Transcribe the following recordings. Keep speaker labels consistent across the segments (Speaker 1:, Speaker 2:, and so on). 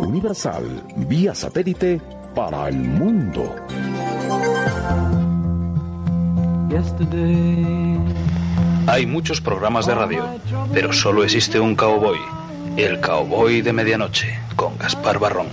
Speaker 1: Universal, vía satélite para el mundo.
Speaker 2: Hay muchos programas de radio, pero solo existe un cowboy, el cowboy de medianoche, con Gaspar Barrón.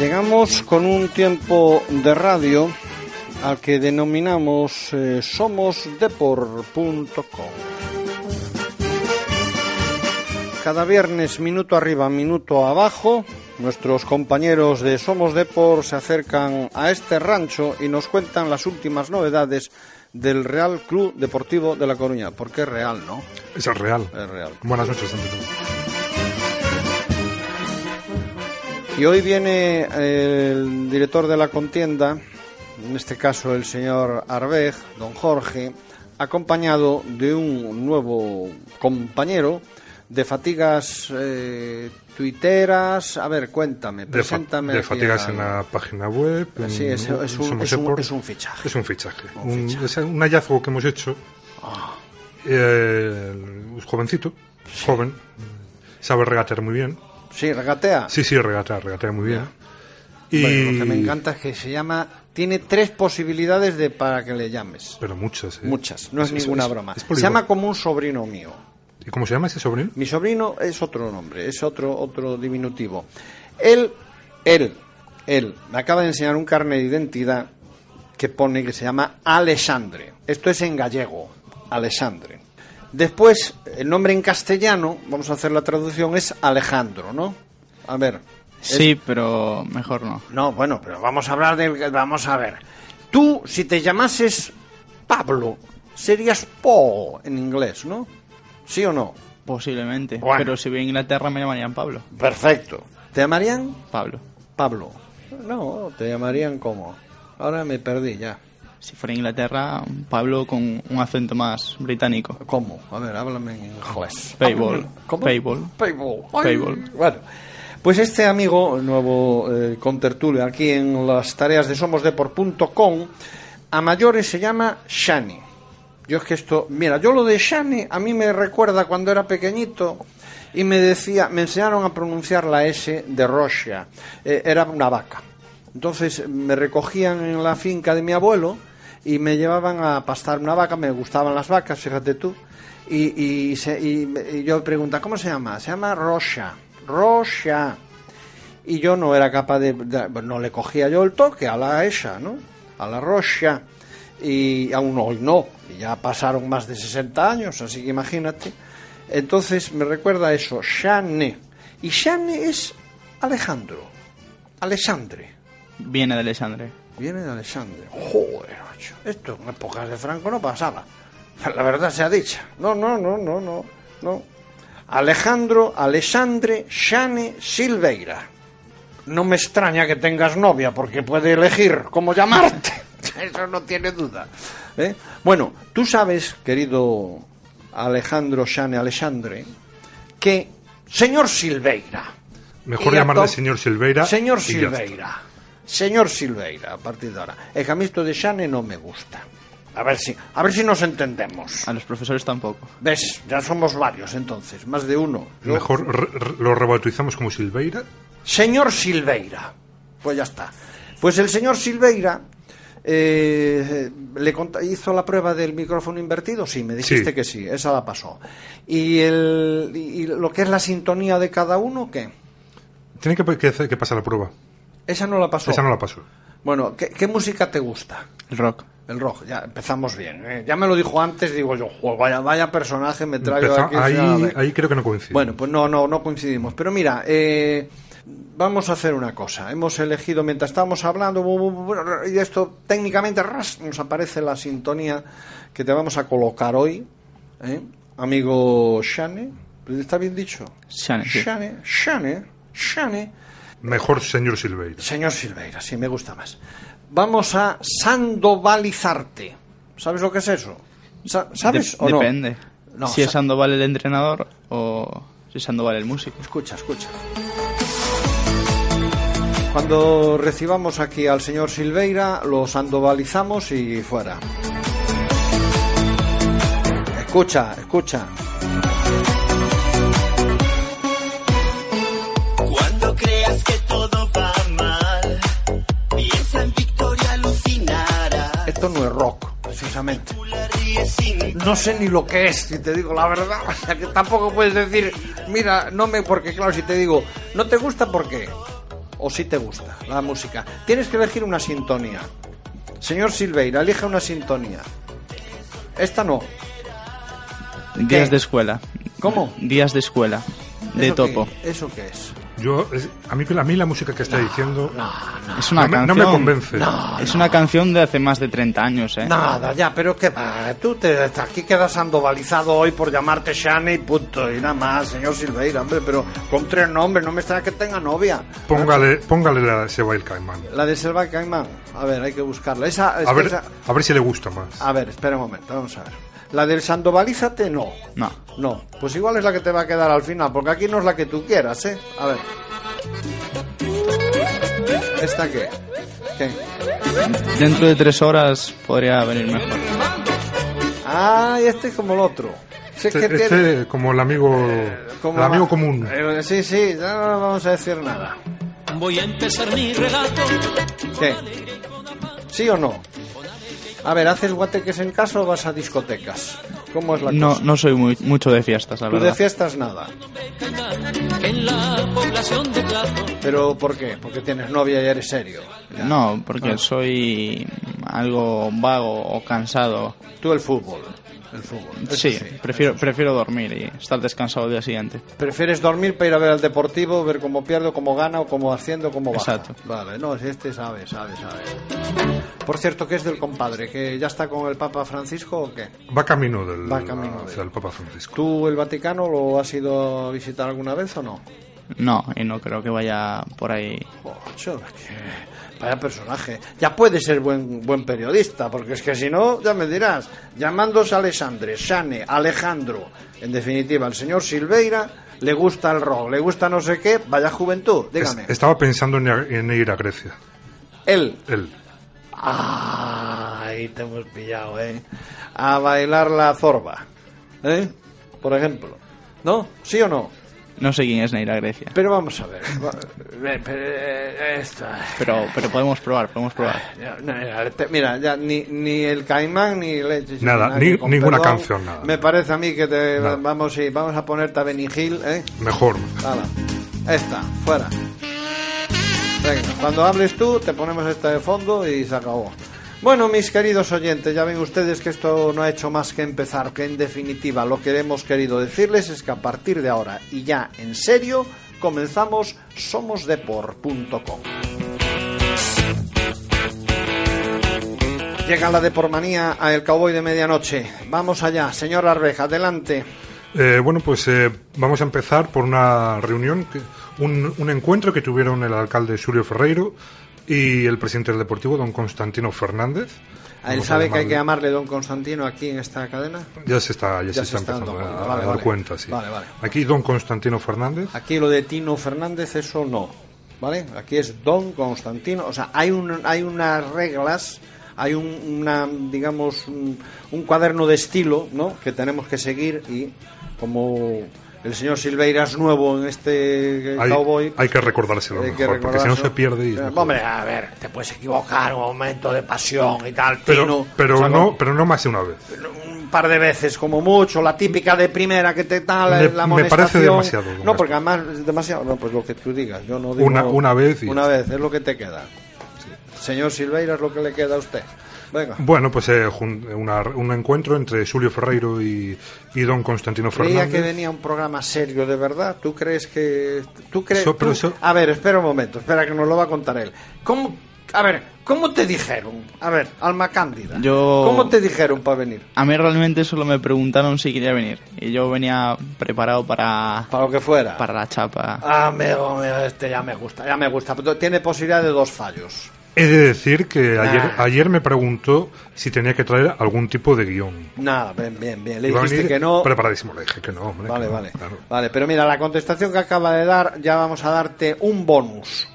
Speaker 3: Llegamos con un tiempo de radio al que denominamos eh, somosdepor.com. Cada viernes, minuto arriba, minuto abajo, nuestros compañeros de Somos Depor se acercan a este rancho y nos cuentan las últimas novedades del Real Club Deportivo de La Coruña. Porque es real, ¿no?
Speaker 4: Es el real.
Speaker 3: Es real.
Speaker 4: Buenas noches, ante todo.
Speaker 3: Y hoy viene eh, el director de la contienda, en este caso el señor Arbej, don Jorge, acompañado de un nuevo compañero de fatigas eh, tuiteras. A ver, cuéntame,
Speaker 4: De, fa-
Speaker 3: preséntame.
Speaker 4: de
Speaker 3: aquí
Speaker 4: fatigas
Speaker 3: a-
Speaker 4: en la página web. en
Speaker 3: Sí, es, es un,
Speaker 4: Somos
Speaker 3: es, un,
Speaker 4: Deport.
Speaker 3: es un fichaje.
Speaker 4: Es un fichaje.
Speaker 3: Un
Speaker 4: Un-
Speaker 3: fichaje. Ah.
Speaker 4: es un hallazgo que hemos hecho. Eh, un jovencito, joven, sabe regatear muy bien.
Speaker 3: Sí, regatea.
Speaker 4: Sí, sí, regatear, regatear muy bien. Y...
Speaker 3: Bueno, lo que me encanta es que se llama. Tiene tres posibilidades de para que le llames.
Speaker 4: Pero muchas, ¿eh?
Speaker 3: Muchas, no es, ninguna broma.
Speaker 4: es
Speaker 3: se
Speaker 4: políglota.
Speaker 3: llama como un sobrino mío.
Speaker 4: ¿Y cómo se llama ese sobrino?
Speaker 3: Mi sobrino es otro nombre, es otro, otro diminutivo. Él, él, él, me acaba de enseñar un carnet de identidad que pone que se llama Alexandre. Esto es en gallego, Alexandre. Después, el nombre en castellano, vamos a hacer la traducción, es Alejandro, ¿no? A ver. es-
Speaker 5: Sí, pero mejor no.
Speaker 3: No, bueno, pero vamos a hablar del... Vamos a ver. Tú, si te llamases Pablo, serías Paul en inglés, ¿no? ¿Sí o no?
Speaker 5: Posiblemente.
Speaker 3: Bueno.
Speaker 5: Pero si voy a Inglaterra me llamarían Pablo.
Speaker 3: Perfecto. ¿Te llamarían
Speaker 5: Pablo.
Speaker 3: Pablo? No, te llamarían como. Ahora me perdí ya.
Speaker 5: Si fuera a Inglaterra, Pablo con un acento más británico.
Speaker 3: ¿Cómo? A ver, háblame en inglés.
Speaker 5: Payball.
Speaker 3: ¿Cómo?
Speaker 5: Payball.
Speaker 3: Payball.
Speaker 5: Payball.
Speaker 3: Bueno, pues este amigo, nuevo eh, contertulio aquí en las tareas de somosdepor.com, a mayores se llama Shani. Yo es que esto, mira, yo lo de Shani a mí me recuerda cuando era pequeñito y me decía, me enseñaron a pronunciar la S de Rosia. Eh, era una vaca. Entonces me recogían en la finca de mi abuelo y me llevaban a pastar una vaca, me gustaban las vacas, fíjate tú. Y, y se- y- y yo preguntaba, ¿cómo se llama? Se llama Rosia. Rosia y yo no era capaz de, de- no le cogía yo el toque a la esa, ¿no? A la rocha y aún hoy no, y ya pasaron más de 60 años, así que imagínate. Entonces me recuerda a eso, Shane. Y Shane es Alejandro, Alexandre.
Speaker 5: Viene de Alexandre.
Speaker 3: Viene de Alexandre. Joder, macho. Esto en épocas de Franco no pasaba. La verdad sea dicha. No, no, no, no, no, no. Alejandro, Alexandre, Shane, Silveira. No me extraña que tengas novia porque puede elegir cómo llamarte. Eso no tiene duda. ¿eh? Bueno, tú sabes, querido Alejandro, Shane, Alexandre, que señor Silveira.
Speaker 4: Mejor
Speaker 3: Y ya
Speaker 4: llamarle
Speaker 3: to-
Speaker 4: señor Silveira.
Speaker 3: Señor
Speaker 4: y ya está.
Speaker 3: Silveira. Señor Silveira, a partir de ahora. El camisto de Shane no me gusta. A ver si, a ver si nos entendemos.
Speaker 5: A los profesores tampoco.
Speaker 3: ¿Ves? Ya somos varios entonces, más de uno. Yo-
Speaker 4: Mejor re- re- lo rebautizamos como Silveira.
Speaker 3: Señor Silveira. Pues ya está. Pues el señor Silveira eh, le cont- hizo la prueba del micrófono invertido. Sí, me dijiste
Speaker 4: Sí.
Speaker 3: que sí, esa la pasó. ¿Y, el, y y lo que es la sintonía de cada uno, qué?
Speaker 4: Tiene que, que hacer- que pasar la prueba.
Speaker 3: Oh. Esa no la pasó.
Speaker 4: Esa no la paso.
Speaker 3: Bueno, ¿qué, qué música te gusta?
Speaker 5: El rock.
Speaker 3: El rock, ya empezamos bien. ¿eh? Ya me lo dijo antes, digo yo, "Jo, vaya, vaya personaje me traigo
Speaker 4: Empezá-
Speaker 3: aquí.
Speaker 4: ahí,
Speaker 3: ¿sabe?
Speaker 4: ahí creo que no coincide.
Speaker 3: Bueno, pues no, no, no coincidimos. Pero mira, eh, vamos a hacer una cosa. Hemos elegido, mientras estábamos hablando, bu, bu, bu, bu, y esto técnicamente ras, nos aparece la sintonía que te vamos a colocar hoy, ¿eh? amigo Shane. ¿Está bien dicho?
Speaker 5: Shane, sí.
Speaker 3: Shane, Shane, Shane.
Speaker 4: Mejor señor Silveira.
Speaker 3: Señor Silveira, sí, me gusta más. Vamos a sandovalizarte. ¿Sabes lo que es eso? Sa- ¿Sabes
Speaker 5: Dep-
Speaker 3: o no?
Speaker 5: Depende.
Speaker 3: No,
Speaker 5: si es
Speaker 3: sa-
Speaker 5: Sandoval el entrenador o si es Sandoval el músico.
Speaker 3: Escucha, escucha. Cuando recibamos aquí al señor Silveira, lo sandovalizamos y fuera. Escucha, escucha.
Speaker 6: Cuando creas que todo va mal, piensa en victoria, alucinará.
Speaker 3: Esto no es rock, precisamente.
Speaker 6: Tú la ríes sin
Speaker 3: No sé ni lo que es, si te digo la verdad. O sea, que tampoco puedes decir, mira, no me... Porque claro, si te digo, no te gusta, ¿por qué? O si te gusta la música. Tienes que elegir una sintonía. Señor Silveira, elija una sintonía. Esta no,
Speaker 5: Días de escuela.
Speaker 3: ¿Cómo?
Speaker 5: Días de escuela. De
Speaker 3: ¿Eso
Speaker 5: topo.
Speaker 3: qué- ¿Eso qué es?
Speaker 4: Yo, es- a, mí, a mí la música que está diciendo
Speaker 5: Es una
Speaker 4: no, me, no
Speaker 5: canción.
Speaker 4: me convence.
Speaker 5: Es una canción de hace más de 30 años, ¿eh?
Speaker 3: Nada, ya, pero qué va. Tú te, hasta aquí quedas sandovalizado hoy por llamarte Shane y punto. Y nada más, señor Silveira, hombre, pero con tres nombres, no me extraña que tenga novia.
Speaker 4: Póngale, póngale la Se va el caimán.
Speaker 3: La de Selva Caimán. A ver, hay que buscarla. Esa, es
Speaker 4: A
Speaker 3: que
Speaker 4: ver,
Speaker 3: esa-
Speaker 4: a ver si le gusta más.
Speaker 3: a ver, espera un momento, vamos a ver. La del sandovalízate, no.
Speaker 5: No.
Speaker 3: No, pues igual es la que te va a quedar al final, porque aquí no es la que tú quieras, ¿eh? A ver. ¿Esta qué? ¿Qué?
Speaker 5: Dentro de tres horas podría venir mejor.
Speaker 3: Ah, y este es como el otro. Si es
Speaker 4: Este,
Speaker 3: que tiene- Eh,
Speaker 4: este, como el amigo,
Speaker 3: Como
Speaker 4: el amigo
Speaker 3: va-
Speaker 4: común.
Speaker 3: Eh, sí, sí, ya no vamos a decir nada.
Speaker 6: Voy a empezar mi relato.
Speaker 3: ¿Qué? ¿Sí o no? A ver, ¿haces guateques en casa o vas a discotecas? ¿Cómo es la
Speaker 5: No,
Speaker 3: cosa?
Speaker 5: no soy muy, mucho de fiestas, la
Speaker 3: Tú
Speaker 5: verdad.
Speaker 3: de fiestas nada.
Speaker 6: En la población de Plato.
Speaker 3: ¿Pero por qué? Porque tienes novia y eres serio. Ya. Ah.
Speaker 5: No, porque soy algo vago o cansado.
Speaker 3: Tú el fútbol. El fútbol. eso
Speaker 5: Sí, prefiero, prefiero dormir y estar descansado el día siguiente.
Speaker 3: Prefieres dormir para ir a ver al deportivo, ver cómo pierde, o cómo gana, o cómo haciendo, cómo baja.
Speaker 5: Exacto.
Speaker 3: Vale, no, si este sabe, sabe, sabe. Por cierto, ¿qué es del compadre? ¿Que ya está con el Papa Francisco o qué?
Speaker 4: Va camino del,
Speaker 3: Va camino de-
Speaker 4: hacia el Papa Francisco.
Speaker 3: ¿Tú el Vaticano lo has ido a visitar alguna vez o no?
Speaker 5: No, y no creo que vaya por ahí.
Speaker 3: Ocho, que- vaya personaje. Ya puede ser buen, buen periodista, porque es que si no, ya me dirás. Llamándose Alexandre, Shane, Alejandro. En definitiva, al señor Silveira le gusta el rock, le gusta no sé qué. Vaya juventud,
Speaker 4: Es-
Speaker 3: dígame.
Speaker 4: estaba pensando en, en ir a Grecia.
Speaker 3: Él.
Speaker 4: Él.
Speaker 3: Ay, te hemos pillado, ¿eh? A bailar la zorba. ¿Eh? Por ejemplo. ¿No? ¿Sí o no?
Speaker 5: No sé quién es Neira Grecia.
Speaker 3: Pero vamos a ver. Va- eh, Esta.
Speaker 5: Pero, pero podemos probar, podemos probar.
Speaker 3: Ya, no, ya, te- Mira, ya ni, ni el caimán ni leche. sin
Speaker 4: Nada,
Speaker 3: vinagre,
Speaker 4: ni-
Speaker 3: con
Speaker 4: ninguna canción, nada.
Speaker 3: Me parece a mí que te
Speaker 4: Nada.
Speaker 3: vamos sí, vamos a ponerte a Benny Hill, ¿eh?
Speaker 4: Mejor.
Speaker 3: Hala. Esta, fuera. Venga, cuando hables tú te ponemos esta de fondo y se acabó. Bueno, mis queridos oyentes, ya ven ustedes que esto no ha hecho más que empezar, que en definitiva lo que hemos querido decirles es que a partir de ahora y ya en serio comenzamos somosdepor.com. Llega la depormanía a El Cowboy de Medianoche. Vamos allá, señor Arbeja, adelante.
Speaker 4: Eh, bueno, pues eh, vamos a empezar por una reunión, que- un, un encuentro que tuvieron el alcalde Julio Ferreiro y el presidente del Deportivo, don Constantino Fernández.
Speaker 3: ¿A Ah, él
Speaker 4: Vamos a
Speaker 3: sabe que hay que
Speaker 4: llamarle-
Speaker 3: llamarle don Constantino aquí en esta cadena?
Speaker 4: Ya se está, ya, se, está,
Speaker 3: dando
Speaker 4: empezando
Speaker 3: cuenta.
Speaker 4: a, a
Speaker 3: Vale,
Speaker 4: dar
Speaker 3: vale.
Speaker 4: cuenta, sí.
Speaker 3: Vale, vale.
Speaker 4: Aquí don Constantino Fernández.
Speaker 3: Aquí lo de Tino Fernández, eso no. ¿Vale? Aquí es Don Constantino. O sea, hay, un, hay unas reglas hay un, una, digamos, un, un cuaderno de estilo ¿no? que tenemos que seguir y como el señor Silveira es nuevo en este
Speaker 4: Hay,
Speaker 3: cowboy...
Speaker 4: hay que recordárselo
Speaker 3: hay que
Speaker 4: mejor, porque si no se
Speaker 3: recordárselo.
Speaker 4: pierde. Y
Speaker 3: Eh, Hombre, a ver, te puedes equivocar, un momento de pasión y tal,
Speaker 4: pero,
Speaker 3: Tino, o
Speaker 4: pero,
Speaker 3: sea,
Speaker 4: no, pero no más de una vez.
Speaker 3: un par de veces como mucho, la típica de primera que te tal,
Speaker 4: Me-
Speaker 3: la
Speaker 4: me parece
Speaker 3: amonestación.
Speaker 4: demasiado,
Speaker 3: No, porque además es demasiado, no, pues lo que tú digas, yo no digo
Speaker 4: Una- una vez y-
Speaker 3: Una vez, es lo que te queda. Señor Silveira, es lo que le queda a usted. Venga.
Speaker 4: Bueno, pues eh, jun- una- un encuentro entre Julio Ferreiro y, y don Constantino
Speaker 3: Creía
Speaker 4: Fernández.
Speaker 3: que venía un programa serio, de verdad. ¿Tú crees que.? ¿Tú crees.?
Speaker 4: So- pero
Speaker 3: tú-
Speaker 4: so-
Speaker 3: A ver, espera un momento, espera que nos lo va a contar él. ¿Cómo.? A ver, ¿cómo te dijeron? A ver, Alma Cándida.
Speaker 5: Yo-
Speaker 3: ¿Cómo te dijeron para venir?
Speaker 5: A mí realmente solo me preguntaron si quería venir. Y yo venía preparado para,
Speaker 3: Para lo que fuera.
Speaker 5: para la chapa.
Speaker 3: Ah, me- me- este ya me gusta, ya me gusta. Pero Tiene posibilidad de dos fallos.
Speaker 4: He de decir que ayer,
Speaker 3: Ah.
Speaker 4: ayer me preguntó si tenía que traer algún tipo de guión.
Speaker 3: Nada, bien, bien, bien. Le
Speaker 4: Iba a
Speaker 3: dijiste
Speaker 4: venir
Speaker 3: que no.
Speaker 4: Preparadísimo, le dije que no. hombre,
Speaker 3: Vale,
Speaker 4: que no,
Speaker 3: vale.
Speaker 4: claro.
Speaker 3: Vale, pero mira, la contestación que acaba de dar, ya vamos a darte un bonus.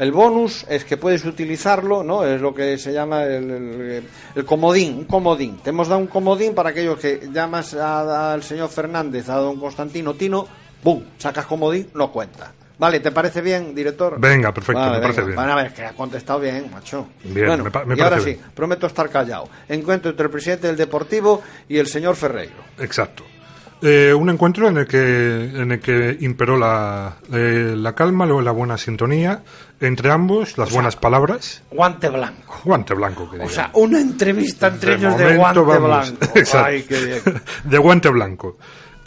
Speaker 3: El bonus es que puedes utilizarlo, ¿no? Es lo que se llama el, el- el comodín, un comodín. Te hemos dado un comodín para aquellos que llamas a- al señor Fernández, a don Constantino Tino, ¡bum! Sacas comodín, no cuenta. Vale, ¿te parece bien, director?
Speaker 4: Venga, perfecto, me parece bien.
Speaker 3: Van a ver, que ha contestado bien, macho.
Speaker 4: Bien,
Speaker 3: bueno,
Speaker 4: me pa- me
Speaker 3: y ahora
Speaker 4: parece
Speaker 3: sí,
Speaker 4: bien.
Speaker 3: prometo estar callado. Encuentro entre el presidente del Deportivo y el señor Ferreiro.
Speaker 4: Exacto. Eh, un encuentro en el que, en el que imperó la, eh, la calma, luego la buena sintonía entre ambos, las buenas palabras.
Speaker 3: Guante blanco.
Speaker 4: Guante blanco, que
Speaker 3: O
Speaker 4: digan.
Speaker 3: sea, una entrevista entre
Speaker 4: De
Speaker 3: ellos de
Speaker 4: momento,
Speaker 3: guante
Speaker 4: vamos.
Speaker 3: blanco.
Speaker 4: Exacto.
Speaker 3: Ay, qué bien.
Speaker 4: De guante blanco.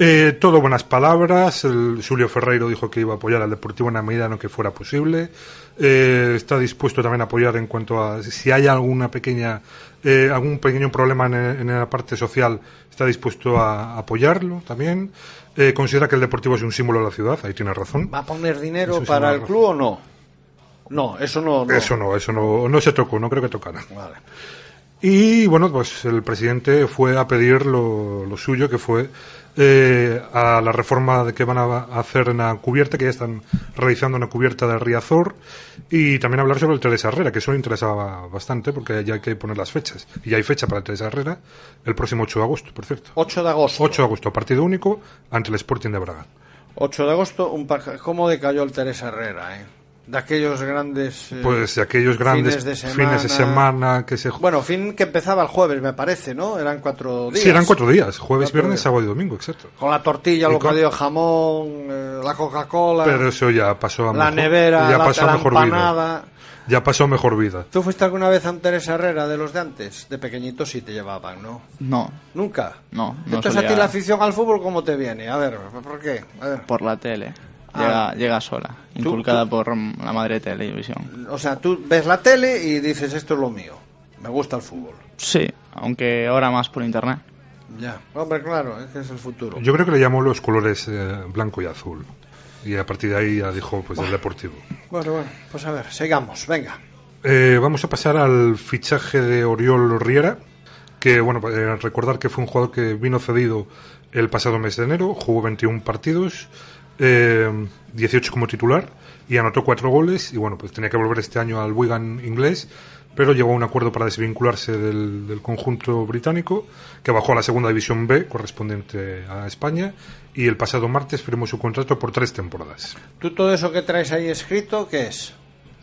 Speaker 4: Eh, todo buenas palabras. El Julio Ferreiro dijo que iba a apoyar al Deportivo en la medida en lo que fuera posible. Eh, está dispuesto también a apoyar en cuanto a si hay alguna pequeña, eh, algún pequeño problema en, en la parte social, está dispuesto a apoyarlo también. Eh, considera que el Deportivo es un símbolo de la ciudad. Ahí tiene razón.
Speaker 3: ¿Va a poner dinero
Speaker 4: Eso sí
Speaker 3: para
Speaker 4: me
Speaker 3: el
Speaker 4: lo-
Speaker 3: club o no? No, eso no. no.
Speaker 4: Eso no, eso no, no se tocó. No creo que tocara.
Speaker 3: Vale.
Speaker 4: Y bueno, pues el presidente fue a pedir lo, lo suyo, que fue eh, a la reforma de que van a hacer en la cubierta, que ya están realizando en la cubierta de Riazor, y también hablar sobre el Teresa Herrera, que eso le interesaba bastante, porque ya hay que poner las fechas. Y ya hay fecha para el Teresa Herrera, el próximo 8 de agosto, por cierto.
Speaker 3: 8 de agosto.
Speaker 4: 8 de agosto, partido único ante el Sporting de Braga.
Speaker 3: 8 de agosto, un par- ¿cómo decayó el Teresa Herrera? Eh? De aquellos grandes. eh,
Speaker 4: Pues de aquellos grandes
Speaker 3: fines de semana.
Speaker 4: semana que se...
Speaker 3: Bueno, fin que empezaba el jueves, me parece, ¿no? Eran cuatro días.
Speaker 4: sí, eran cuatro días, jueves,
Speaker 3: Cuatro
Speaker 4: viernes,
Speaker 3: días.
Speaker 4: sábado y domingo, exacto.
Speaker 3: Con la tortilla,
Speaker 4: Y
Speaker 3: los
Speaker 4: con-
Speaker 3: bocadillos de jamón, eh, la Coca-Cola,
Speaker 4: Pero eso ya pasó a
Speaker 3: la
Speaker 4: mejor-
Speaker 3: nevera,
Speaker 4: ya
Speaker 3: la,
Speaker 4: pasó a
Speaker 3: la
Speaker 4: mejor vida.
Speaker 3: empanada.
Speaker 4: Ya pasó a mejor vida.
Speaker 3: ¿Tú fuiste alguna vez a un Teresa Herrera de los de antes? De pequeñito sí te llevaban, ¿no?
Speaker 5: No,
Speaker 3: ¿Nunca?
Speaker 5: No, no
Speaker 3: Entonces a
Speaker 5: solía-
Speaker 3: ti la afición al fútbol, ¿cómo te viene? A ver, ¿por qué? A ver.
Speaker 5: por la tele.
Speaker 3: Ah.
Speaker 5: Llega, llega sola, inculcada por mm, la madre televisión.
Speaker 3: O sea, tú ves la tele y dices, esto es lo mío. Me gusta el fútbol.
Speaker 5: Sí, aunque ahora más por internet.
Speaker 3: Ya. Hombre, claro, es que es el futuro.
Speaker 4: Yo creo que le llamó los colores eh, blanco y azul. Y a partir de ahí ya dijo, pues del deportivo.
Speaker 3: Bueno, bueno, pues a ver, sigamos, venga.
Speaker 4: Eh, vamos a pasar al fichaje de Oriol Riera, que bueno, eh, recordar que fue un jugador que vino cedido el pasado mes de enero, jugó 21 partidos, eh, 18 como titular y anotó 4 goles y bueno, pues tenía que volver este año al Wigan inglés, pero llegó a un acuerdo para desvincularse del, del conjunto británico, que bajó a la segunda división B correspondiente a España y el pasado martes firmó su contrato por tres temporadas.
Speaker 3: ¿Tú todo eso que traes ahí escrito, qué es?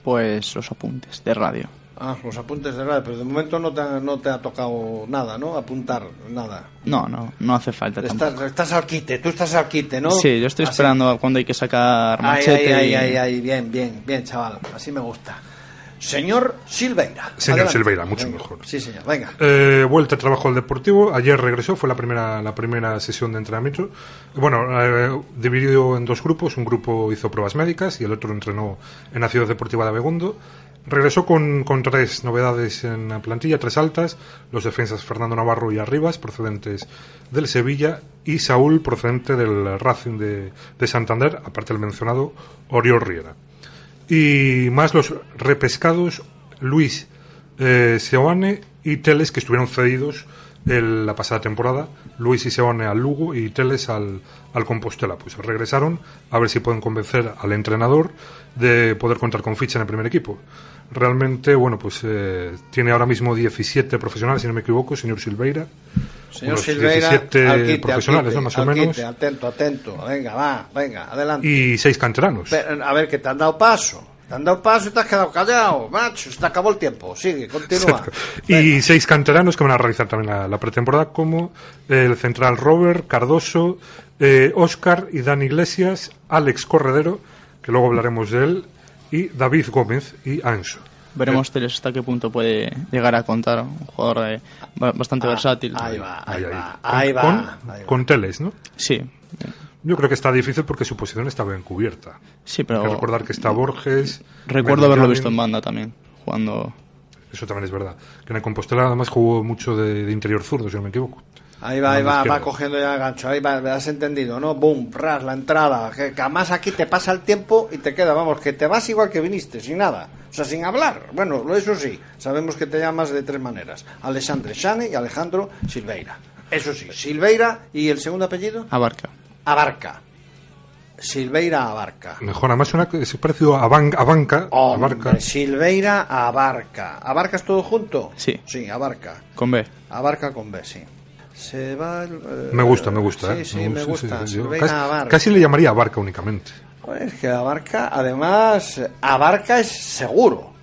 Speaker 5: Pues los apuntes de radio.
Speaker 3: Ah, los apuntes de radio, pero de momento no te, ha- no te ha tocado nada, ¿no? Apuntar nada.
Speaker 5: No, no, no hace falta tampoco.
Speaker 3: Estás, estás al quite, tú estás al quite, ¿no?
Speaker 5: Sí, yo estoy
Speaker 3: Así.
Speaker 5: esperando a cuando hay que sacar
Speaker 3: Ay,
Speaker 5: machete.
Speaker 3: ay,
Speaker 5: y-
Speaker 3: ay, ay, ay, bien, bien, bien, chaval, así me gusta. Señor Silveira.
Speaker 4: Señor Silveira, mucho
Speaker 3: Venga.
Speaker 4: mejor.
Speaker 3: Sí, señor, venga.
Speaker 4: Eh, vuelta al trabajo al deportivo. Ayer regresó, fue la primera, la primera sesión de entrenamiento. Bueno, eh, dividido en dos grupos. Un grupo hizo pruebas médicas y el otro entrenó en la ciudad deportiva de Abegondo. Regresó con, con tres novedades en la plantilla, tres altas, los defensas Fernando Navarro y Arribas, procedentes del Sevilla, y Saúl, procedente del Racing de, de Santander, aparte del mencionado Oriol Riera y más los repescados Luis eh, Seoane y Teles que estuvieron cedidos el- la pasada temporada. Luis y Seoane al Lugo y Teles al, al Compostela. Pues regresaron a ver si pueden convencer al entrenador de poder contar con ficha en el primer equipo. Realmente, bueno, pues eh, tiene ahora mismo 17 profesionales, si no me equivoco, señor Silveira.
Speaker 3: Señor
Speaker 4: unos
Speaker 3: Silveira,
Speaker 4: 17
Speaker 3: al quite,
Speaker 4: profesionales,
Speaker 3: al quite,
Speaker 4: ¿no? Más
Speaker 3: al
Speaker 4: o menos.
Speaker 3: quite, Atento, atento. Venga, va, venga, adelante.
Speaker 4: Y seis canteranos.
Speaker 3: Pero, a ver, que te han dado paso. Te han dado paso y te has quedado callado, macho. Se te acabó el tiempo. Sigue, continúa.
Speaker 4: Y seis canteranos que van a realizar también la, la pretemporada, como el central Robert, Cardoso, eh, Oscar y Dan Iglesias, Alex Corredero, que luego hablaremos de él, y David Gómez y Anso.
Speaker 5: Veremos Teles hasta qué punto puede llegar a contar un jugador eh, ba- bastante versátil.
Speaker 3: Ah, Ahí va, ahí,
Speaker 4: Ahí,
Speaker 3: va,
Speaker 4: ahí.
Speaker 3: ahí va.
Speaker 4: Con,
Speaker 3: ahí va.
Speaker 4: con Teles, ¿no?
Speaker 5: Sí,
Speaker 4: Yo creo que está difícil porque su posición está bien cubierta.
Speaker 5: sí,
Speaker 4: Hay que
Speaker 5: pero
Speaker 4: recordar que está Borges.
Speaker 5: recuerdo
Speaker 4: Bellingham,
Speaker 5: haberlo visto en banda también, jugando
Speaker 4: Eso también es verdad. Que en el Compostela además jugó mucho de, de interior zurdo, si no me equivoco.
Speaker 3: Ahí va, ahí va,
Speaker 4: Mano izquierda.
Speaker 3: va cogiendo ya el gancho, ahí va, has entendido, ¿no? Boom, ras, la entrada, que, que además aquí te pasa el tiempo y te queda, vamos, que te vas igual que viniste, sin nada, o sea, sin hablar. Bueno, lo- eso sí, sabemos que te llamas de tres maneras, Alexandre Shane y Alejandro Silveira. Eso sí, Silveira y el segundo apellido,
Speaker 5: Abarca.
Speaker 3: Abarca. Silveira Abarca.
Speaker 4: Mejor, además suena que es parecido a, Ban- a Banca. a
Speaker 3: Hombre,
Speaker 4: Barca.
Speaker 3: Silveira Abarca. ¿Abarcas todo junto?
Speaker 5: Sí.
Speaker 3: Sí, Abarca.
Speaker 5: Con B.
Speaker 3: Abarca con B, sí. Se va el, eh,
Speaker 4: Me gusta, me gusta.
Speaker 3: Sí,
Speaker 4: ¿eh?
Speaker 3: sí, me gusta.
Speaker 4: sí, sí. Yo
Speaker 3: Silveira
Speaker 4: casi,
Speaker 3: Abarca.
Speaker 4: casi le llamaría Barca únicamente.
Speaker 3: Joder, Es que Abarca, además, Abarca es seguro.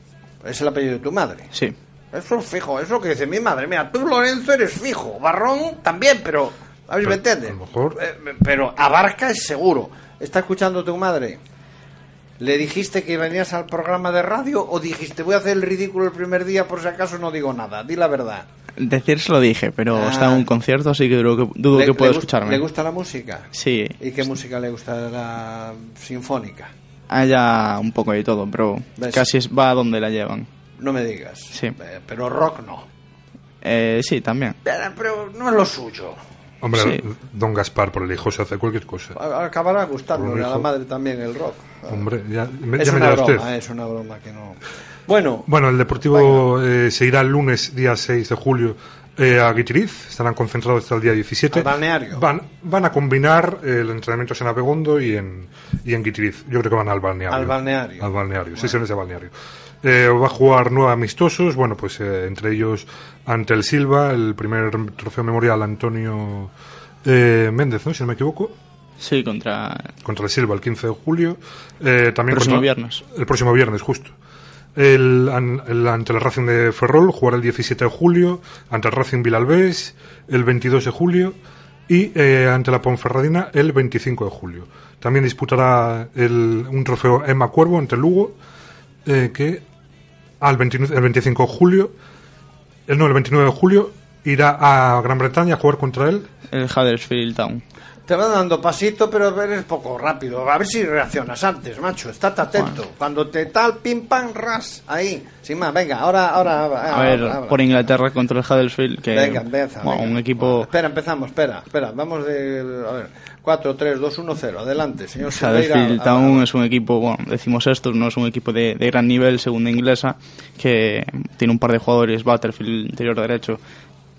Speaker 3: Es el apellido de tu madre.
Speaker 5: Sí.
Speaker 3: Eso es fijo, eso que dice mi madre. Mira, tú Lorenzo eres fijo, Barrón también, pero... A ver, si ¿me
Speaker 4: Pero,
Speaker 3: entiendes?
Speaker 4: a lo mejor-
Speaker 3: Eh, pero Abarca es seguro. ¿Está escuchando tu madre? ¿Le dijiste que venías al programa de radio o dijiste voy a hacer el ridículo el primer día por si acaso no digo nada? Di la verdad.
Speaker 5: Decírselo dije, pero
Speaker 3: Ah.
Speaker 5: está en un concierto, así que dudo que, dudo
Speaker 3: ¿Le-
Speaker 5: que pueda
Speaker 3: le gu-
Speaker 5: escucharme.
Speaker 3: ¿Le gusta la música?
Speaker 5: Sí,
Speaker 3: ¿Y qué música le gusta la sinfónica?
Speaker 5: haya un poco de todo, pero
Speaker 3: ¿Ves?
Speaker 5: casi es- va a donde la llevan.
Speaker 3: No me digas.
Speaker 5: Sí.
Speaker 3: Eh, Pero rock no.
Speaker 5: Eh, sí, también.
Speaker 3: Pero, pero no es lo suyo.
Speaker 4: Hombre,
Speaker 5: Sí.
Speaker 4: don Gaspar, por el hijo, se hace cualquier cosa.
Speaker 3: A- Acabará gustándole a la
Speaker 4: hijo.
Speaker 3: madre también el rock.
Speaker 4: Hombre, ya, me-
Speaker 3: es
Speaker 4: ya me
Speaker 3: una
Speaker 4: dirá
Speaker 3: broma, eh,
Speaker 4: usted.
Speaker 3: es una broma que no. Bueno,
Speaker 4: Bueno, el Deportivo eh, se irá el lunes, día 6 de julio, eh, a Guitiriz. Estarán concentrados hasta el día 17.
Speaker 3: Al balneario.
Speaker 4: Van, van a combinar eh, el entrenamiento en Abegondo y en, y en Guitiriz. Yo creo que van al balneario.
Speaker 3: Al balneario.
Speaker 4: Al balneario, sesiones de balneario. Eh, va a jugar nueve amistosos, bueno, pues eh, entre ellos ante el Silva, el primer trofeo memorial Antonio eh, Méndez, ¿no? si no me equivoco,
Speaker 5: Sí, contra...
Speaker 4: contra el Silva el 15 de julio. Eh, también
Speaker 5: Próximo
Speaker 4: contra-
Speaker 5: viernes.
Speaker 4: El próximo viernes, justo. El, an- el ante el Racing de Ferrol jugará el 17 de julio, ante el Racing Vilalbés el 22 de julio y eh, ante la Ponferradina el 25 de julio. También disputará el- un trofeo Emma Cuervo ante el Lugo eh, que al 29 el 25 de julio, el, no, el 29 de julio irá a Gran Bretaña a jugar contra él
Speaker 5: El Huddersfield Town.
Speaker 3: te va dando pasito, pero eres poco rápido. A ver si reaccionas antes, macho. Estate atento. Cuando te tal, pim, pam, ras. Ahí. Sin más, venga, ahora, ahora. ahora,
Speaker 5: A ver,
Speaker 3: ahora.
Speaker 5: por Inglaterra contra el Huddersfield, que
Speaker 3: Ah, Venga, empieza.
Speaker 5: bueno,
Speaker 3: venga.
Speaker 5: un equipo
Speaker 3: Espera, empezamos, espera, espera. Vamos de. A ver, 4, 3, 2, 1, 0. Adelante, señor Silveira.
Speaker 5: Huddersfield
Speaker 3: Ah,
Speaker 5: Town es un equipo, bueno, decimos esto, no es un equipo de, de gran nivel, segunda inglesa, que tiene un par de jugadores, Butterfield, interior derecho,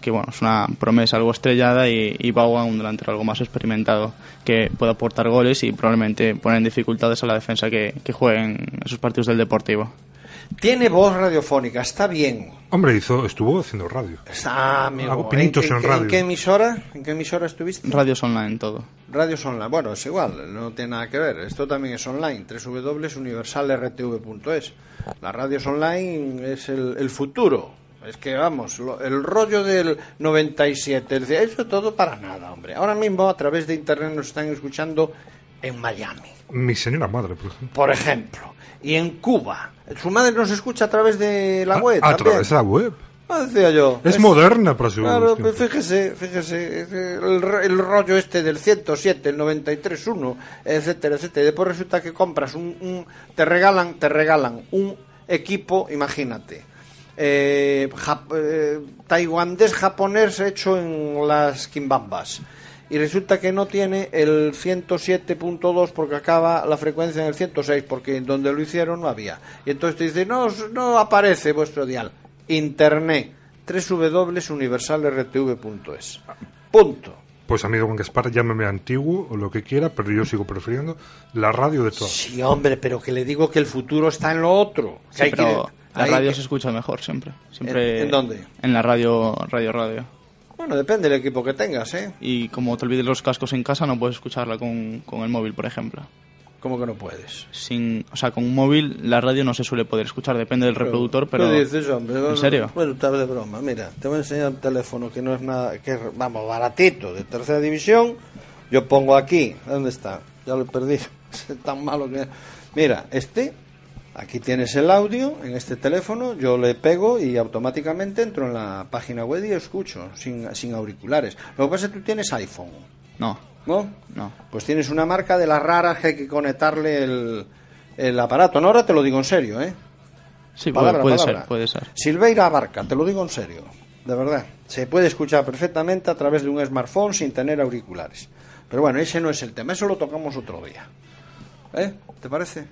Speaker 5: que bueno, es una promesa algo estrellada, y, y Bowen, un delantero algo más experimentado, que puede aportar goles y probablemente poner en dificultades a la defensa que, que juegue en esos partidos del Deportivo.
Speaker 3: Tiene voz radiofónica, está bien.
Speaker 4: Hombre, hizo, estuvo haciendo radio.
Speaker 3: Está, amigo.
Speaker 4: Hago pinitos en radio.
Speaker 3: qué emisora? ¿En qué emisora estuviste?
Speaker 5: Radios online todo.
Speaker 3: Radios online. Bueno, es igual, no tiene nada que ver. Esto también es online. www.universalrtv.es. Las radios online es el, el futuro. Es que vamos, lo- el rollo del 97, el- eso todo para nada, hombre. Ahora mismo a través de internet nos están escuchando en Miami.
Speaker 4: Mi señora madre, por ejemplo.
Speaker 3: por ejemplo, y en Cuba. Su madre nos escucha a través de la
Speaker 4: A-
Speaker 3: web.
Speaker 4: Ah, a,
Speaker 3: también.
Speaker 4: través de la web.
Speaker 3: Ah, decía yo.
Speaker 4: Es moderna para su
Speaker 3: Claro,
Speaker 4: tiempo.
Speaker 3: pues fíjese, fíjese, eh, el, ro- el rollo este del 107, el 93.1, etcétera, etcétera. Y después resulta que compras un, un- te regalan, te regalan un equipo, imagínate, eh, jap- eh, tailandés japonés hecho en las quimbambas. Y resulta que no tiene el 107.2 porque acaba la frecuencia en el 106, porque donde lo hicieron no había. Y entonces te dice, no, os- no aparece vuestro dial. Internet, www.universalrtv.es. Punto.
Speaker 4: Pues amigo Juan Gaspar, llámeme antiguo o lo que quiera, pero yo sigo prefiriendo la radio de todas.
Speaker 3: Sí, hombre, pero que le digo que el futuro está en lo otro. Que
Speaker 5: Sí,
Speaker 3: hay que
Speaker 5: pero
Speaker 3: ir-
Speaker 5: La
Speaker 3: Ahí
Speaker 5: radio
Speaker 3: que-
Speaker 5: se escucha mejor siempre. siempre
Speaker 3: ¿En- en dónde?
Speaker 5: En la radio, radio, radio.
Speaker 3: Bueno, depende del equipo que tengas, ¿eh?
Speaker 5: Y como te olvides los cascos en casa, no puedes escucharla con, con el móvil, por ejemplo.
Speaker 3: Como que no puedes.
Speaker 5: Sin, o sea, con un móvil la radio no se suele poder escuchar, depende del reproductor, pero...
Speaker 3: ¿Qué dices, hombre?
Speaker 5: ¿En serio?
Speaker 3: Bueno, estás de broma. Mira, te voy a enseñar un teléfono que no es nada, que es, vamos, baratito, de tercera división. Yo pongo aquí, ¿dónde está? Ya lo perdí. Es tan malo que. Mira, este, aquí tienes el audio en este teléfono. Yo le pego y automáticamente entro en la página web y escucho, sin, sin auriculares. Lo que pasa es que tú tienes iPhone,
Speaker 5: No,
Speaker 3: ¿no?
Speaker 5: no.
Speaker 3: Pues tienes una marca de las raras que hay que conectarle el, el aparato. No, ahora te lo digo en serio, ¿eh?
Speaker 5: Sí,
Speaker 3: Palabra,
Speaker 5: puede, puede
Speaker 3: palabra.
Speaker 5: ser, puede ser.
Speaker 3: Silveira Barca, te lo digo en serio, de verdad. Se puede escuchar perfectamente a través de un smartphone sin tener auriculares. Pero bueno, ese no es el tema, eso lo tocamos otro día. ¿Eh? ¿Te parece?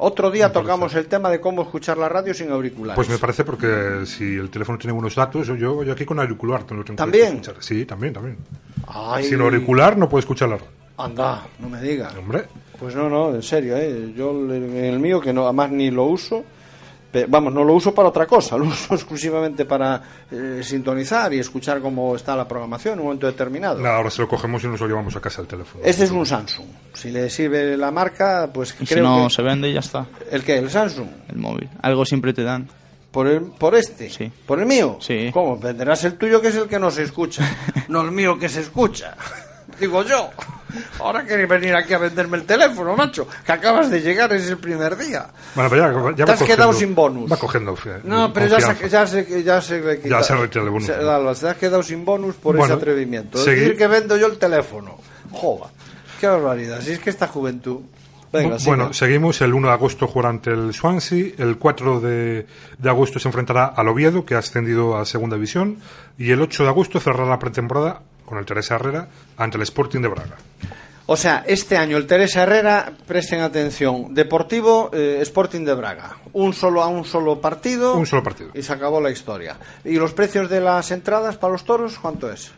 Speaker 3: Otro día tocamos el tema de cómo escuchar la radio sin auriculares.
Speaker 4: Pues me parece porque si el teléfono tiene buenos datos, yo, yo aquí con auricular no lo tengo que
Speaker 3: ¿También?
Speaker 4: escuchar. Sí, también, también.
Speaker 3: Ay,
Speaker 4: Sin auricular no puedo escuchar la radio.
Speaker 3: Anda, no me digas.
Speaker 4: Hombre,
Speaker 3: Pues no, no, en serio, ¿eh? yo le- el mío que no, además ni lo uso, pe- vamos, no lo uso para otra cosa, lo uso exclusivamente para eh, sintonizar y escuchar cómo está la programación en un momento determinado.
Speaker 4: nada, ahora se lo cogemos y nos lo llevamos a casa el teléfono.
Speaker 3: Este es un Samsung, si le sirve la marca, pues
Speaker 5: Y
Speaker 3: creo
Speaker 5: si no
Speaker 3: que...
Speaker 5: se vende, ya está,
Speaker 3: ¿El qué? ¿El Samsung?
Speaker 5: el móvil. Algo siempre te dan.
Speaker 3: ¿Por, el, por este?
Speaker 5: Sí.
Speaker 3: ¿Por el mío?
Speaker 5: Sí.
Speaker 3: ¿Cómo? Venderás el tuyo que es el que no se escucha, no el mío que se escucha. Digo yo, ahora queréis venir aquí a venderme el teléfono, macho, que acabas de llegar, es el primer día.
Speaker 4: Bueno, pero ya, ya va
Speaker 3: Te has
Speaker 4: cogiendo-
Speaker 3: quedado sin bonus.
Speaker 4: Va cogiendo. eh,
Speaker 3: No, pero ya
Speaker 4: confianza.
Speaker 3: se, ya, se, ya se le quita.
Speaker 4: Ya se retira el bonus.
Speaker 3: Se, la- se has quedado sin bonus por
Speaker 4: Bueno,
Speaker 3: ese atrevimiento. Es
Speaker 4: seguid.
Speaker 3: decir, que vendo yo el teléfono. Joba, qué barbaridad. Si es que esta juventud. Venga,
Speaker 4: Bu-
Speaker 3: siga.
Speaker 4: bueno, seguimos. El 1 de agosto jugará ante el Swansea. El 4 de, de agosto se enfrentará al Oviedo, que ha ascendido a Segunda División. Y el 8 de agosto cerrará la pretemporada con el Teresa Herrera ante el Sporting de Braga.
Speaker 3: O sea, este año el Teresa Herrera, presten atención, Deportivo eh, Sporting de Braga. Un solo a un solo partido.
Speaker 4: Un solo partido.
Speaker 3: Y se acabó la historia. ¿Y los precios de las entradas para los toros cuánto es?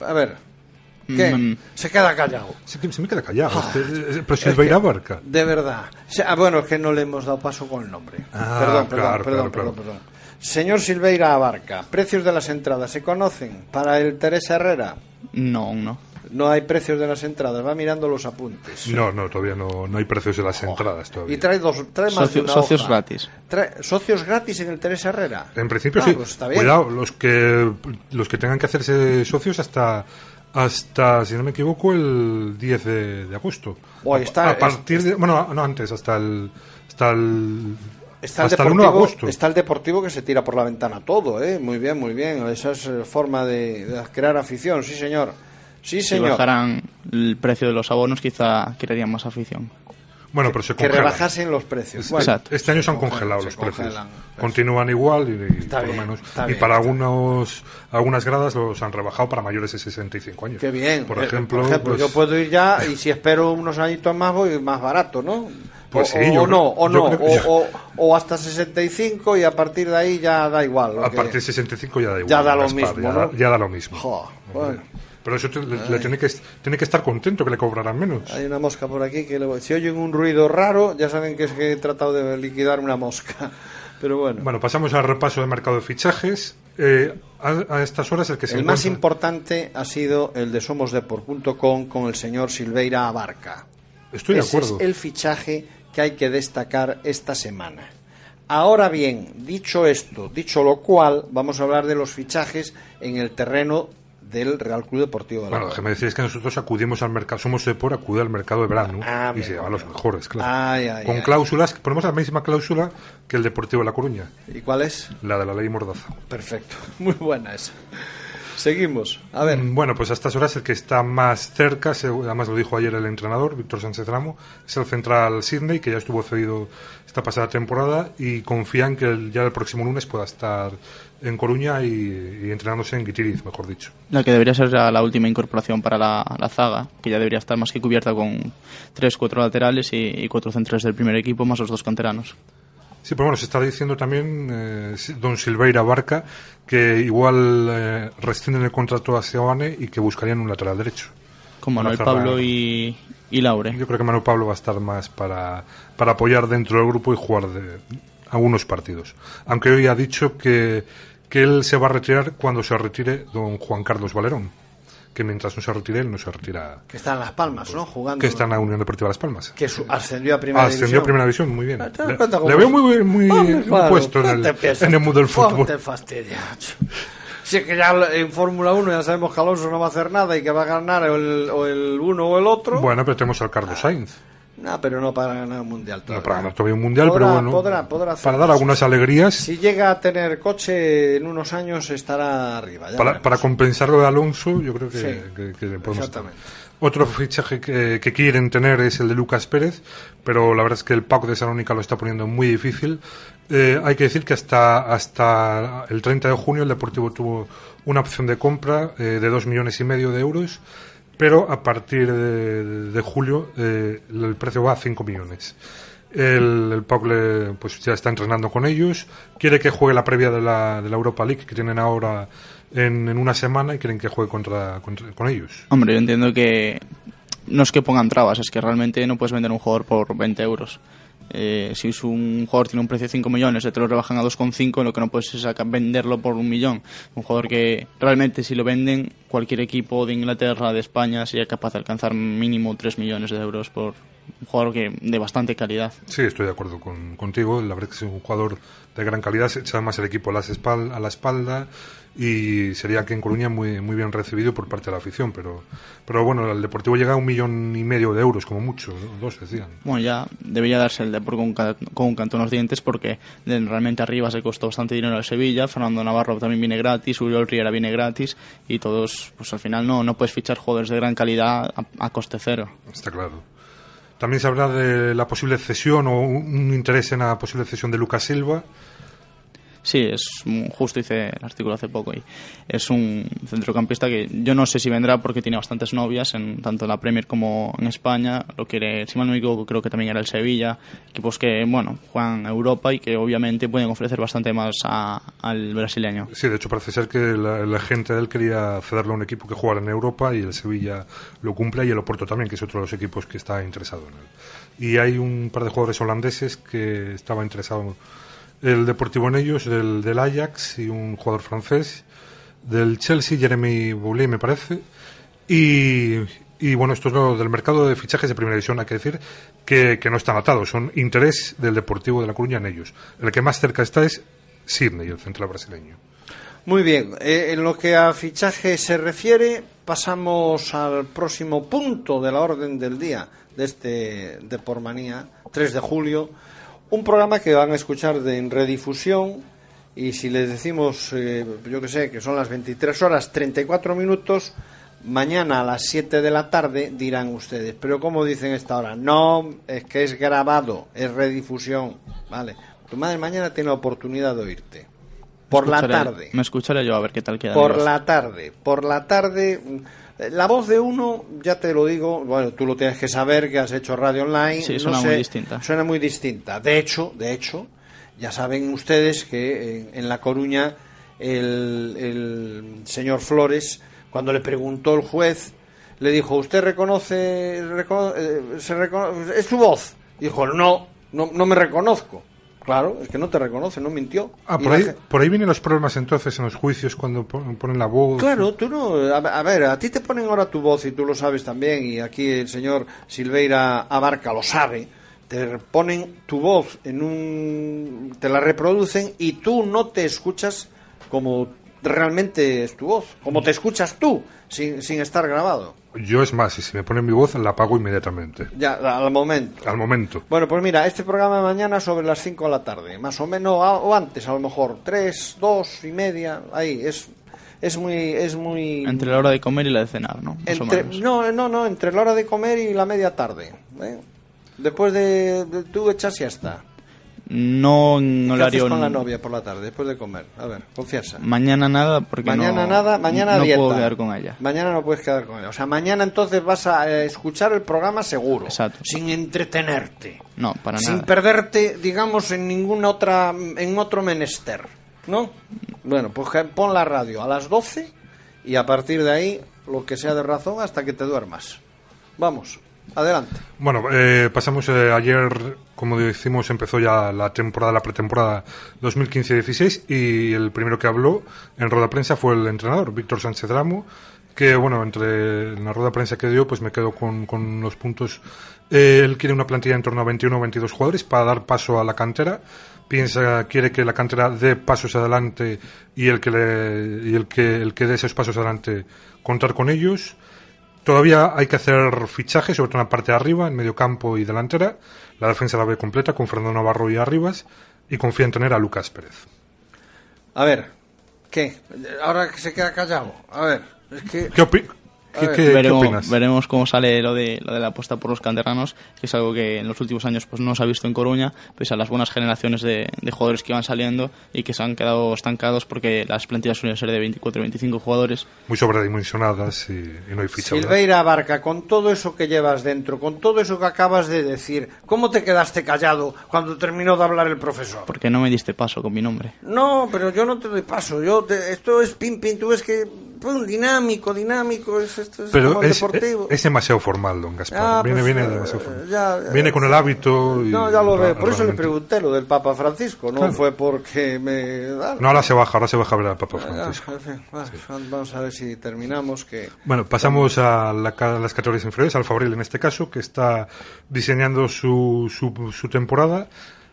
Speaker 3: A ver. ¿Qué?
Speaker 5: Mm.
Speaker 3: Se queda callado.
Speaker 4: Se, que- se me queda callado. Este- eh, pero si el Beira Barca.
Speaker 3: De verdad. Se- ah, bueno, es que no le hemos dado paso con el nombre.
Speaker 4: Ah,
Speaker 3: perdón, perdón,
Speaker 4: claro,
Speaker 3: perdón,
Speaker 4: claro,
Speaker 3: perdón,
Speaker 4: claro.
Speaker 3: perdón. Señor Silveira Abarca, precios de las entradas, ¿se conocen? Para el Teresa Herrera,
Speaker 5: No, aún no.
Speaker 3: no hay precios de las entradas, va mirando los apuntes.
Speaker 4: No, no, todavía no, no hay precios de las entradas todavía.
Speaker 3: Y trae dos, trae más de
Speaker 5: Socio-
Speaker 3: una
Speaker 5: socios
Speaker 3: hoja.
Speaker 5: gratis.
Speaker 3: Trae- socios gratis en el Teresa Herrera.
Speaker 4: En principio
Speaker 3: Ah,
Speaker 4: sí.
Speaker 3: pues está bien.
Speaker 4: Cuidado, los que los que tengan que hacerse socios hasta hasta si no me equivoco el 10 de, de agosto.
Speaker 3: Hoy
Speaker 4: a,
Speaker 3: está- este-
Speaker 4: a partir de bueno, no antes, hasta el hasta el
Speaker 3: Está el,
Speaker 4: hasta el 1 de
Speaker 3: deportivo,
Speaker 4: agosto.
Speaker 3: está el deportivo que se tira por la ventana todo, ¿eh? Muy bien, muy bien. Esa es eh, forma de, de crear afición, sí, señor. Sí,
Speaker 5: Si
Speaker 3: señor.
Speaker 5: bajaran el precio de los abonos, quizá crearían más afición.
Speaker 4: Bueno, pero se
Speaker 3: que
Speaker 4: congelan.
Speaker 3: rebajasen los precios.
Speaker 4: Es-
Speaker 3: Bueno,
Speaker 5: Exacto.
Speaker 4: Este año se han
Speaker 3: Se congelan,
Speaker 4: congelado
Speaker 3: se
Speaker 4: los precios.
Speaker 3: congelan.
Speaker 4: Continúan igual y, y
Speaker 3: Está
Speaker 4: por lo
Speaker 3: bien,
Speaker 4: menos.
Speaker 3: está
Speaker 4: Y
Speaker 3: bien,
Speaker 4: para
Speaker 3: está
Speaker 4: algunos algunas gradas los han rebajado para mayores de 65 años.
Speaker 3: Qué bien.
Speaker 4: Por
Speaker 3: Eh,
Speaker 4: ejemplo,
Speaker 3: por ejemplo,
Speaker 4: pues-
Speaker 3: yo puedo ir ya y si espero unos añitos más voy más barato, ¿no?
Speaker 4: Pues
Speaker 3: o,
Speaker 4: sí,
Speaker 3: o-
Speaker 4: yo
Speaker 3: o no,
Speaker 4: creo-
Speaker 3: o
Speaker 4: yo
Speaker 3: no,
Speaker 4: creo que-
Speaker 3: o, o- o hasta 65 y a partir de ahí ya da igual. lo
Speaker 4: A
Speaker 3: que-
Speaker 4: partir de 65 ya da igual.
Speaker 3: Ya da lo
Speaker 4: Gaspar,
Speaker 3: mismo,
Speaker 4: Ya,
Speaker 3: ¿no?
Speaker 4: da, ya da lo mismo.
Speaker 3: Jo, bueno.
Speaker 4: Pero eso te- le, le tiene, que, est- tiene que estar contento que le cobrarán menos.
Speaker 3: Hay una mosca por aquí que le voy- si oyen un ruido raro, ya saben que es que he tratado de liquidar una mosca. Pero bueno,
Speaker 4: Bueno, pasamos al repaso de mercado de fichajes. Eh, a, a estas horas el que se
Speaker 3: el más
Speaker 4: encuentra-
Speaker 3: importante ha sido el de somosdeport.com con el señor Silveira Abarca.
Speaker 4: Estoy de
Speaker 3: Ese
Speaker 4: acuerdo.
Speaker 3: es el fichaje que hay que destacar esta semana. Ahora bien, dicho esto, dicho lo cual, vamos a hablar de los fichajes en el terreno del Real Club Deportivo de la
Speaker 4: Bueno, déjeme decir, es que nosotros acudimos al mercado, somos de por acude al mercado de verano
Speaker 3: Ah,
Speaker 4: y se
Speaker 3: mejor.
Speaker 4: lleva a los mejores, claro.
Speaker 3: Ay, ay,
Speaker 4: Con
Speaker 3: ay.
Speaker 4: cláusulas, ponemos la misma cláusula que el Deportivo de La Coruña,
Speaker 3: ¿Y cuál es?
Speaker 4: la de la ley Mordaza.
Speaker 3: Perfecto, muy buena esa. Seguimos. A ver,
Speaker 4: Mm, Bueno, pues a estas horas el que está más cerca, se- además lo dijo ayer el entrenador, Víctor Sánchez Ramo, es el central Sydney, que ya estuvo cedido esta pasada temporada y confían que el- ya el próximo lunes pueda estar en Coruña y, y entrenándose en Guitiriz, mejor dicho.
Speaker 5: La que debería ser ya la última incorporación para la, la zaga, que ya debería estar más que cubierta con tres, cuatro laterales y, y cuatro centrales del primer equipo, más los dos canteranos.
Speaker 4: Sí, pero bueno, se está diciendo también eh, si- don Silveira Barca que igual eh, rescinden el contrato a Seoane y que buscarían un lateral derecho.
Speaker 5: Con
Speaker 4: Una
Speaker 5: Manuel
Speaker 4: zaga-
Speaker 5: Pablo y, y Laure.
Speaker 4: Yo creo que Manu Pablo va a estar más para, para apoyar dentro del grupo y jugar de, algunos partidos. Aunque hoy ha dicho que, que él se va a retirar cuando se retire don Juan Carlos Valerón. Que mientras no se retire, él no se retira.
Speaker 3: Que está en Las Palmas, ¿no? Jugando.
Speaker 4: Que está en la Unión Deportiva Las Palmas. Ah,
Speaker 3: que su- ascendió a primera
Speaker 4: Ascendió a
Speaker 3: división.
Speaker 4: primera división, muy bien.
Speaker 3: Ah, ¿te das
Speaker 4: Le,
Speaker 3: cuenta cómo
Speaker 4: le
Speaker 3: es?
Speaker 4: veo muy, bien- muy
Speaker 3: Hombre,
Speaker 4: bien
Speaker 3: claro,
Speaker 4: puesto en
Speaker 3: ponte
Speaker 4: el,
Speaker 3: pieza,
Speaker 4: en el mundo del fútbol.
Speaker 3: Ponte fastidiado. Si es que ya en Fórmula 1 ya sabemos que Alonso no va a hacer nada y que va a ganar el, o el uno o el otro.
Speaker 4: Bueno, pero tenemos al Carlos Sainz.
Speaker 3: No, pero no para ganar un mundial.
Speaker 4: No,
Speaker 3: todavía.
Speaker 4: para ganar todavía un mundial,
Speaker 3: Podrá-
Speaker 4: pero bueno.
Speaker 3: podrá- podrá hacer
Speaker 4: para dar
Speaker 3: cosas.
Speaker 4: algunas alegrías.
Speaker 3: Si llega a tener coche en unos años estará arriba. ya
Speaker 4: para,
Speaker 3: veremos.
Speaker 4: para compensar lo de Alonso, yo creo que,
Speaker 3: Sí,
Speaker 4: que- que le podemos.
Speaker 3: exactamente.
Speaker 4: Otro fichaje que, que quieren tener es el de Lucas Pérez, pero la verdad es que el Paco de Salónica lo está poniendo muy difícil. Eh, hay que decir que hasta, hasta el 30 de junio el Deportivo tuvo una opción de compra eh, de 2 millones y medio de euros, pero a partir de, de julio eh, el precio va a 5 millones. El, el Pau le- pues ya está entrenando con ellos. Quiere que juegue la previa de la, de la Europa League que tienen ahora en, en una semana y quieren que juegue contra, contra- con ellos.
Speaker 5: Hombre, yo entiendo que no es que pongan trabas, es que realmente no puedes vender un jugador por 20 euros. Eh, si es un jugador tiene un precio de 5 millones, te lo rebajan a 2,5, lo que no puedes es saca- venderlo por un millón. Un jugador que realmente si lo venden, cualquier equipo de Inglaterra, de España, sería capaz de alcanzar mínimo 3 millones de euros por un jugador que de bastante calidad.
Speaker 4: Sí, estoy de acuerdo con- contigo. La verdad es que es un jugador de gran calidad. Se echa más el equipo a, las espal- a la espalda y sería aquí en Coruña muy, muy bien recibido por parte de la afición. Pero, pero bueno, el Deportivo llega a un millón y medio de euros, como mucho, ¿no? dos decían.
Speaker 5: Bueno, ya debería darse el Depor con, ca- con un canto en los dientes porque de- realmente arriba se costó bastante dinero a Sevilla, Fernando Navarro también viene gratis, Uriol Riera viene gratis y todos, pues al final no, no puedes fichar jugadores de gran calidad a, a coste cero.
Speaker 4: Está claro. También se habla de la posible cesión o un un interés en la posible cesión de Lucas Silva.
Speaker 5: Sí, es un- justo hice el artículo hace poco y es un centrocampista que yo no sé si vendrá porque tiene bastantes novias en tanto en la Premier como en España, lo quiere, si mal no me equivoco, creo que también era el Sevilla, equipos que bueno, juegan Europa y que obviamente pueden ofrecer bastante más a- al brasileño.
Speaker 4: Sí, de hecho parece ser que la, la gente de él quería cederle a un equipo que jugara en Europa y el Sevilla lo cumple y el Oporto también, que es otro de los equipos que está interesado en él. Y hay un par de jugadores holandeses que estaba interesado el Deportivo en ellos, del, del Ajax y un jugador francés del Chelsea, Jeremy Boulay me parece. Y, y bueno, esto es lo del mercado de fichajes de primera división, hay que decir que, que no están atados, son interés del Deportivo de La Coruña en ellos. El que más cerca está es Sidney, el central brasileño.
Speaker 3: Muy bien, eh, en lo que a fichaje se refiere, pasamos al próximo punto de la orden del día de este de Pormanía, 3 de julio, un programa que van a escuchar de, en redifusión y si les decimos, eh, yo que sé, que son las 23 horas 34 minutos, mañana a las 7 de la tarde dirán ustedes, pero ¿cómo dicen esta hora? No, es que es grabado, es redifusión, ¿vale? Tu madre mañana tiene la oportunidad de oírte. Por la
Speaker 5: Escucharé-
Speaker 3: tarde.
Speaker 5: Me escucharé yo a ver qué tal queda.
Speaker 3: Por
Speaker 5: amigos.
Speaker 3: la tarde, por la tarde. mm, La voz de uno, ya te lo digo, bueno, tú lo tienes que saber que has hecho radio online.
Speaker 5: Sí,
Speaker 3: no
Speaker 5: suena
Speaker 3: sé,
Speaker 5: muy distinta.
Speaker 3: Suena muy distinta. De hecho, de hecho, ya saben ustedes que eh, en La Coruña el, el señor Flores, cuando le preguntó el juez, le dijo, ¿usted reconoce, recono- eh, se recono- es su voz? Dijo, no, no, no me reconozco. Claro, es que no te reconoce, no mintió.
Speaker 4: Ah,
Speaker 3: Y
Speaker 4: por
Speaker 3: la
Speaker 4: ahí,
Speaker 3: ge-
Speaker 4: por ahí vienen los problemas entonces en los juicios cuando pon- ponen la voz.
Speaker 3: Claro, tú no. A, a ver, a ti te ponen ahora tu voz y tú lo sabes también, y aquí el señor Silveira Abarca lo sabe. Te ponen tu voz en un. te la reproducen y tú no te escuchas como realmente es tu voz, como te escuchas tú, sin, sin estar grabado.
Speaker 4: Yo es más, y si me ponen mi voz la apago inmediatamente,
Speaker 3: Ya, al momento.
Speaker 4: al momento.
Speaker 3: Bueno, pues mira, este programa de mañana sobre las 5 de la tarde, más o menos, a- o antes a lo mejor, 3, 2 y media, ahí, es, es muy. Es muy
Speaker 5: Entre la hora de comer y la de cenar, ¿no? Más o
Speaker 3: Entre-
Speaker 5: menos.
Speaker 3: no, no, no, entre la hora de comer y la media tarde. ¿eh? Después de, de tú echar siesta.
Speaker 5: No en
Speaker 3: ¿Qué
Speaker 5: horario.
Speaker 3: haces con la novia por la tarde, después de comer. A ver, confiesa.
Speaker 5: Mañana nada, porque
Speaker 3: mañana
Speaker 5: no,
Speaker 3: nada, mañana
Speaker 5: no
Speaker 3: dieta.
Speaker 5: puedo quedar con ella.
Speaker 3: Mañana no puedes quedar con ella. O sea, mañana entonces vas a eh, escuchar el programa seguro.
Speaker 5: Exacto.
Speaker 3: Sin entretenerte.
Speaker 5: No, para
Speaker 3: sin
Speaker 5: nada.
Speaker 3: perderte, digamos, en ninguna otra, en otro menester, ¿no? Bueno, pues que- pon la radio a las 12 y a partir de ahí lo que sea de razón hasta que te duermas. Vamos, adelante.
Speaker 4: Bueno, eh, pasamos eh, ayer como decimos, empezó ya la temporada, la pretemporada 2015-16 y el primero que habló en rueda de prensa fue el entrenador, Víctor Sánchez Ramo, que bueno, entre la rueda de prensa que dio, pues me quedo con, con los puntos. Eh, él quiere una plantilla en torno a 21 o 22 jugadores para dar paso a la cantera. Piensa, quiere que la cantera dé pasos adelante y el que, le, y el que, el que dé esos pasos adelante contar con ellos. Todavía hay que hacer fichajes, sobre todo en la parte de arriba, en medio campo y delantera. La defensa la ve completa con Fernando Navarro y Arribas y confía en tener a Lucas Pérez.
Speaker 3: A ver, ¿qué? Ahora que se queda callado. A ver, es que.
Speaker 4: ¿Qué, opi- qué-
Speaker 3: ver.
Speaker 4: qué- qué
Speaker 5: veremos,
Speaker 4: opinas?
Speaker 5: veremos cómo sale lo de, lo de la apuesta por los canteranos, que es algo que en los últimos años pues, no se ha visto en Coruña, pese a las buenas generaciones de, de jugadores que iban saliendo y que se han quedado estancados porque las plantillas suelen ser de 24 25 jugadores.
Speaker 4: Muy sobredimensionadas y, y no hay ficha. ¿verdad?
Speaker 3: Silveira Barca, con todo eso que llevas dentro, con todo eso que acabas de decir, ¿cómo te quedaste callado cuando terminó de hablar el profesor?
Speaker 5: Porque no me diste paso con mi nombre.
Speaker 3: No, pero yo no te doy paso. Yo te- esto es pim pim, tú es que pum, dinámico, dinámico, es esto es
Speaker 4: Pero
Speaker 3: como el
Speaker 4: es,
Speaker 3: deportivo.
Speaker 4: es- es demasiado formal, don Gaspar.
Speaker 3: Ah,
Speaker 4: viene,
Speaker 3: pues,
Speaker 4: viene
Speaker 3: eh,
Speaker 4: demasiado formal.
Speaker 3: ya, ya,
Speaker 4: viene con el hábito. y-
Speaker 3: No, ya lo veo. Por eso le
Speaker 4: realmente.
Speaker 3: pregunté lo del Papa Francisco, no
Speaker 4: Claro.
Speaker 3: fue porque me ah,
Speaker 4: No, ahora se baja, ahora se baja a ver al Papa
Speaker 3: ah,
Speaker 4: Francisco.
Speaker 3: en fin, ah, Vamos a ver si terminamos que
Speaker 4: Bueno, pasamos a, la ca- las categorías inferiores, al Fabril en este caso, que está diseñando su, su, su temporada.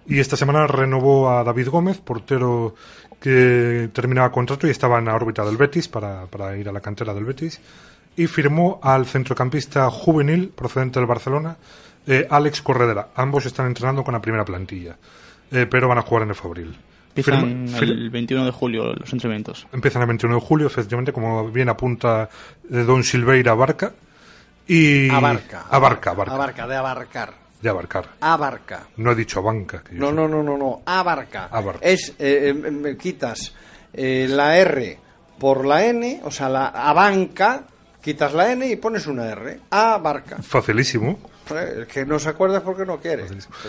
Speaker 4: Y esta semana renovó a David Gómez, portero que terminaba contrato y estaba en la órbita del Betis para, para ir a la cantera del Betis. Y firmó al centrocampista juvenil procedente del Barcelona, eh, Alex Corredera. Ambos están entrenando con la primera plantilla, eh, pero van a jugar en el Fabril.
Speaker 5: Empiezan
Speaker 4: Firma- fir-
Speaker 5: el 21 de julio los entrenamientos.
Speaker 4: Empiezan el 21 de julio, efectivamente, como bien apunta eh, don Silveira Barca. Y
Speaker 3: abarca.
Speaker 4: Abarca, abarca.
Speaker 3: Abarca, de abarcar.
Speaker 4: De abarcar.
Speaker 3: Abarca.
Speaker 4: No he dicho banca. que yo
Speaker 3: No,
Speaker 4: sé.
Speaker 3: no, no, no, no. Abarca.
Speaker 4: Abarca.
Speaker 3: Es, eh, eh, me quitas eh, la R por la N, o sea, la abarca, quitas la N y pones una R. Abarca.
Speaker 4: Facilísimo.
Speaker 3: Eh, El que no se acuerda es porque no quiere.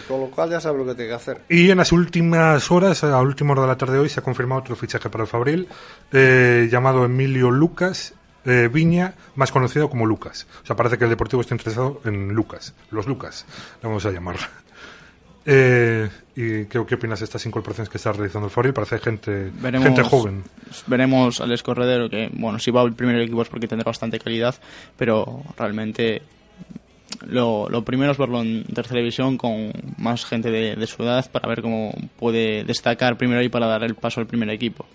Speaker 3: Con lo cual ya sabe lo que tiene que hacer.
Speaker 4: Y en las últimas horas, a última hora de la tarde de hoy, se ha confirmado otro fichaje para el Fabril, eh, llamado Emilio Lucas eh, Viña, más conocido como Lucas. O sea, parece que el Deportivo está interesado en Lucas, los Lucas, le vamos a llamar. Eh, ¿Y qué, qué opinas de estas incorporaciones que está realizando el Fabril? Parece gente,
Speaker 5: Veremos,
Speaker 4: gente joven.
Speaker 5: Veremos al Escorredero, que bueno, si va al primer equipo es porque tendrá bastante calidad, pero realmente lo, lo primero es verlo en tercera división con más gente de, de su edad para ver cómo puede destacar primero y para dar el paso al primer equipo.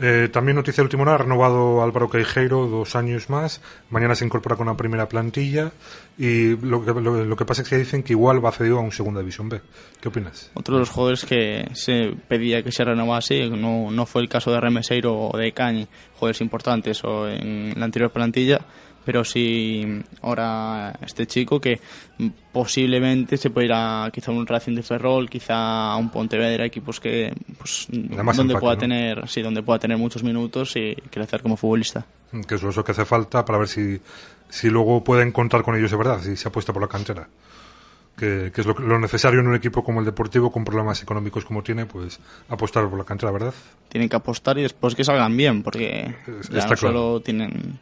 Speaker 4: Eh, también noticia de última hora, ha renovado Álvaro Queijeiro dos años más, mañana se incorpora con una primera plantilla y lo que, lo, lo que pasa es que dicen que igual va cedido a un segunda división B. ¿Qué opinas?
Speaker 5: Otro de los jugadores que se pedía que se renovase, no, no fue el caso de Remeseiro o de Cañi, jugadores importantes o en la anterior plantilla, pero sí ahora este chico que posiblemente se puede ir a quizá un Racing de Ferrol, quizá a un Pontevedra, equipos que pues,
Speaker 4: más
Speaker 5: donde
Speaker 4: empaque,
Speaker 5: pueda
Speaker 4: ¿no?
Speaker 5: tener, sí, donde pueda tener muchos minutos y crecer como futbolista.
Speaker 4: Que eso es lo que hace falta para ver si, si luego pueden contar con ellos de verdad, si se apuesta por la cantera. Que, que es lo, que- lo necesario en un equipo como el Deportivo, con problemas económicos como tiene, pues apostar por la cantera, ¿verdad?
Speaker 5: tienen que apostar y después que salgan bien, porque
Speaker 4: Es-
Speaker 5: ya
Speaker 4: está claro.
Speaker 5: no solo tienen.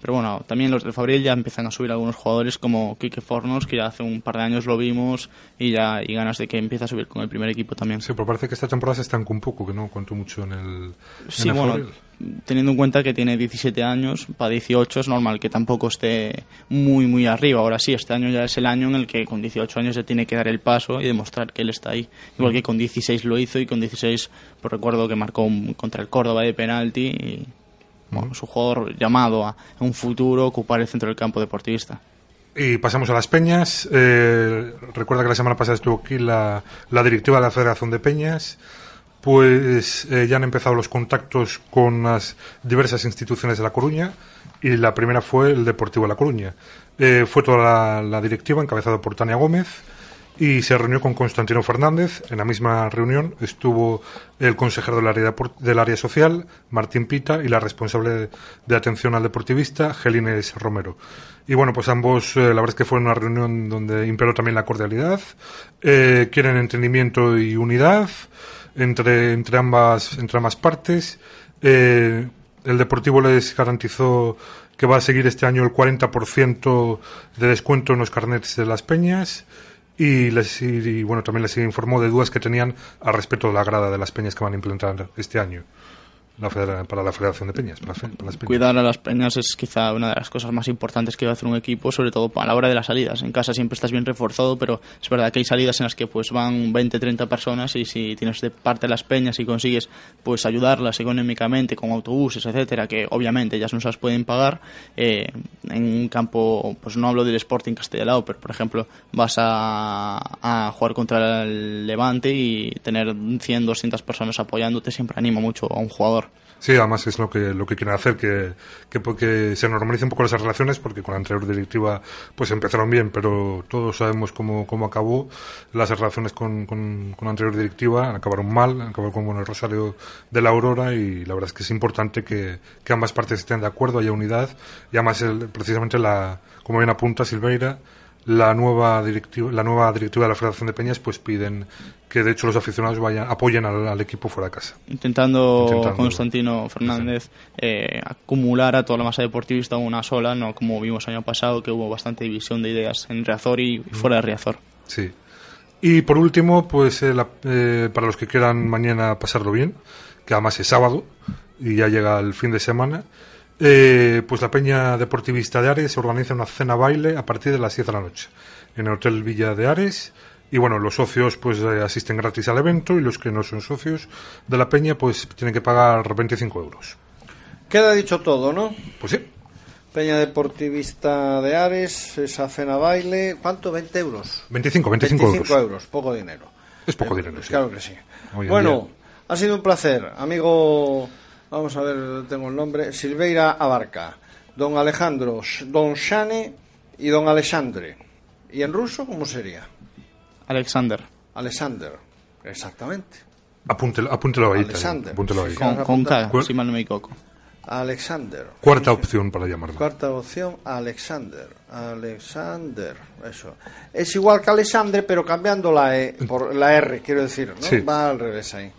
Speaker 5: Pero bueno, también los del Fabril ya empiezan a subir algunos jugadores como Quique Fornos, que ya hace un par de años lo vimos y ya y ganas de que empiece a subir con el primer equipo también.
Speaker 4: Sí, pero parece que esta temporada se estancó un poco, que no contó mucho en el... en
Speaker 5: Sí,
Speaker 4: el
Speaker 5: bueno,
Speaker 4: Fabril.
Speaker 5: teniendo en cuenta que tiene 17 años, para 18 es normal que tampoco esté muy, muy arriba. Ahora sí, este año ya es el año en el que con 18 años se tiene que dar el paso y demostrar que él está ahí. Igual que con 16 lo hizo y con 16, pues recuerdo que marcó un- contra el Córdoba de penalti y bueno, es un jugador llamado a en un futuro ocupar el centro del campo deportivista.
Speaker 4: Y pasamos a las peñas. Eh, recuerda que la semana pasada estuvo aquí la, la directiva de la Federación de Peñas. Pues eh, ya han empezado los contactos con las diversas instituciones de La Coruña y la primera fue el Deportivo de La Coruña. Eh, fue toda la, la directiva encabezada por Tania Gómez y se reunió con Constantino Fernández. En la misma reunión estuvo el consejero del área, depor- del área social, Martín Pita, y la responsable de atención al deportivista, Gelines Romero. Y bueno, pues ambos, eh, la verdad es que fue una reunión donde imperó también la cordialidad, eh, quieren entendimiento y unidad entre, entre, ambas, entre ambas partes. Eh, el Deportivo les garantizó que va a seguir este año el 40% de descuento en los carnets de las peñas y, les, y, bueno, también les informó de dudas que tenían al respecto de la grada de las peñas que van a implementar este año la federa- para la Federación de Peñas. Para, la fe- para las peñas.
Speaker 5: Cuidar a las peñas es quizá una de las cosas más importantes que debe hacer un equipo, sobre todo a la hora de las salidas. En casa siempre estás bien reforzado, pero es verdad que hay salidas en las que pues van 20, 30 personas y si tienes de parte las peñas y consigues pues ayudarlas económicamente con autobuses, etcétera, que obviamente ellas no se las pueden pagar eh, en un campo, pues no hablo del Sporting Castellao, pero por ejemplo vas a, a jugar contra el Levante y tener 100, 200 personas apoyándote siempre anima mucho a un jugador.
Speaker 4: Sí, además es lo que, lo que quieren hacer, que, que, que se normalicen un poco las relaciones, porque con la anterior directiva pues empezaron bien, pero todos sabemos cómo, cómo acabó. Las relaciones con, con, con la anterior directiva acabaron mal, acabaron con bueno, el Rosario de la Aurora, y la verdad es que es importante que, que ambas partes estén de acuerdo, haya unidad, y además el- precisamente la, como bien apunta Silveira, la nueva directiva, la nueva directiva de la Federación de Peñas pues piden que de hecho los aficionados vayan, apoyen al, al equipo fuera de casa.
Speaker 5: intentando,
Speaker 4: Intentando.
Speaker 5: Constantino Fernández eh, acumular a toda la masa deportivista en una sola, no como vimos el año pasado que hubo bastante división de ideas en Riazor y fuera de Riazor.
Speaker 4: Sí. Y por último, pues eh, la- eh, para los que quieran mañana pasarlo bien, que además es sábado y ya llega el fin de semana, eh, pues la Peña Deportivista de Ares organiza una cena baile a partir de las 10 de la noche en el Hotel Villa de Ares. Y bueno, los socios pues eh, asisten gratis al evento y los que no son socios de la Peña pues tienen que pagar 25 euros.
Speaker 3: Queda dicho todo, ¿no?
Speaker 4: Pues sí,
Speaker 3: Peña Deportivista de Ares, esa cena baile, ¿cuánto? 20 euros.
Speaker 4: 25, 25, euros.
Speaker 3: poco dinero.
Speaker 4: Es poco
Speaker 3: Eh,
Speaker 4: dinero. sí.
Speaker 3: Claro que sí.
Speaker 4: Hoy en
Speaker 3: bueno,
Speaker 4: día.
Speaker 3: ha sido un placer, amigo. Vamos a ver, tengo el nombre. Silveira Abarca, don Alejandro, Sh- don Shane y don Alexandre. ¿Y en ruso cómo sería?
Speaker 5: Alexander,
Speaker 3: Alexander, exactamente.
Speaker 4: Apúntelo, apúntelo ahí.
Speaker 3: Alexander.
Speaker 4: apúntelo ahí.
Speaker 3: Sí,
Speaker 5: con, con K,
Speaker 4: ¿Cuál?
Speaker 5: si mal no me equivoco.
Speaker 3: Alexander.
Speaker 4: Cuarta opción para llamarlo.
Speaker 3: Cuarta opción, Alexander. Alexander, eso. Es igual que Alexandre, pero cambiando la E por la R, quiero decir, ¿no?
Speaker 4: Sí.
Speaker 3: Va al revés ahí.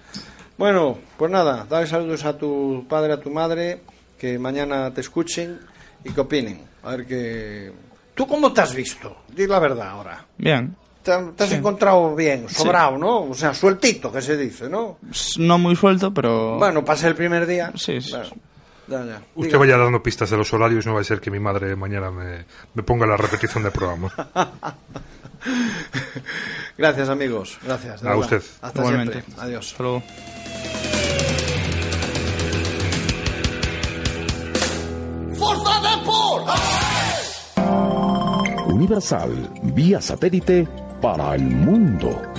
Speaker 3: Bueno, pues nada, dale saludos a tu padre, a tu madre, que mañana te escuchen y que opinen. A ver que... ¿Tú cómo te has visto? Di la verdad ahora.
Speaker 5: Bien,
Speaker 3: Te, te has
Speaker 5: Sí.
Speaker 3: encontrado bien, sobrado, ¿no? O sea, sueltito, que se dice, ¿no?
Speaker 5: S- no muy suelto, pero
Speaker 3: Bueno, pasé el primer día.
Speaker 5: Oh. Sí, sí,
Speaker 3: Bueno,
Speaker 5: sí.
Speaker 3: ya, ya.
Speaker 4: Usted
Speaker 3: Diga.
Speaker 4: vaya dando pistas de los horarios, no va a ser que mi madre mañana me, me ponga la repetición del programa.
Speaker 3: Gracias, amigos. Gracias. de
Speaker 4: A
Speaker 3: verdad.
Speaker 4: usted.
Speaker 3: Hasta
Speaker 5: Igualmente.
Speaker 3: siempre. Adiós.
Speaker 5: hasta luego.
Speaker 6: ¡Forza Deport!
Speaker 1: Universal vía satélite para el mundo.